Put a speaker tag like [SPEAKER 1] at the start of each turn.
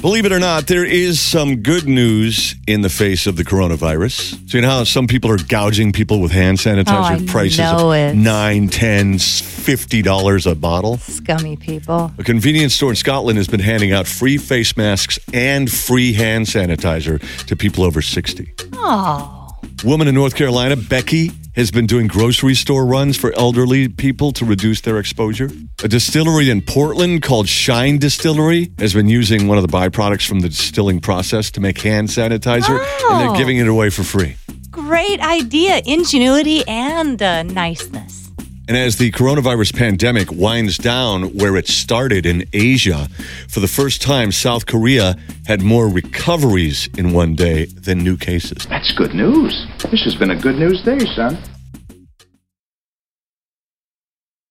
[SPEAKER 1] Believe it or not, there is some good news in the face of the coronavirus. So you know how some people are gouging people with hand
[SPEAKER 2] Oh, I
[SPEAKER 1] sanitizer prices
[SPEAKER 2] know
[SPEAKER 1] of
[SPEAKER 2] it.
[SPEAKER 1] nine, ten, fifty dollars a bottle?
[SPEAKER 2] Scummy people.
[SPEAKER 1] A convenience store in Scotland has been handing out free face masks and free hand sanitizer to people over 60.
[SPEAKER 2] Oh,
[SPEAKER 1] Woman in North Carolina, Becky, has been doing grocery store runs for elderly people to reduce their exposure. A distillery in Portland called Shine Distillery has been using one of the byproducts from the distilling process to make hand sanitizer, and
[SPEAKER 2] Oh.
[SPEAKER 1] they're giving it away for free.
[SPEAKER 2] great idea, ingenuity, and uh, niceness.
[SPEAKER 1] And as the coronavirus pandemic winds down where it started in Asia, for the first time, South Korea had more recoveries in one day than new cases.
[SPEAKER 3] That's good news. This has been a good news day, son.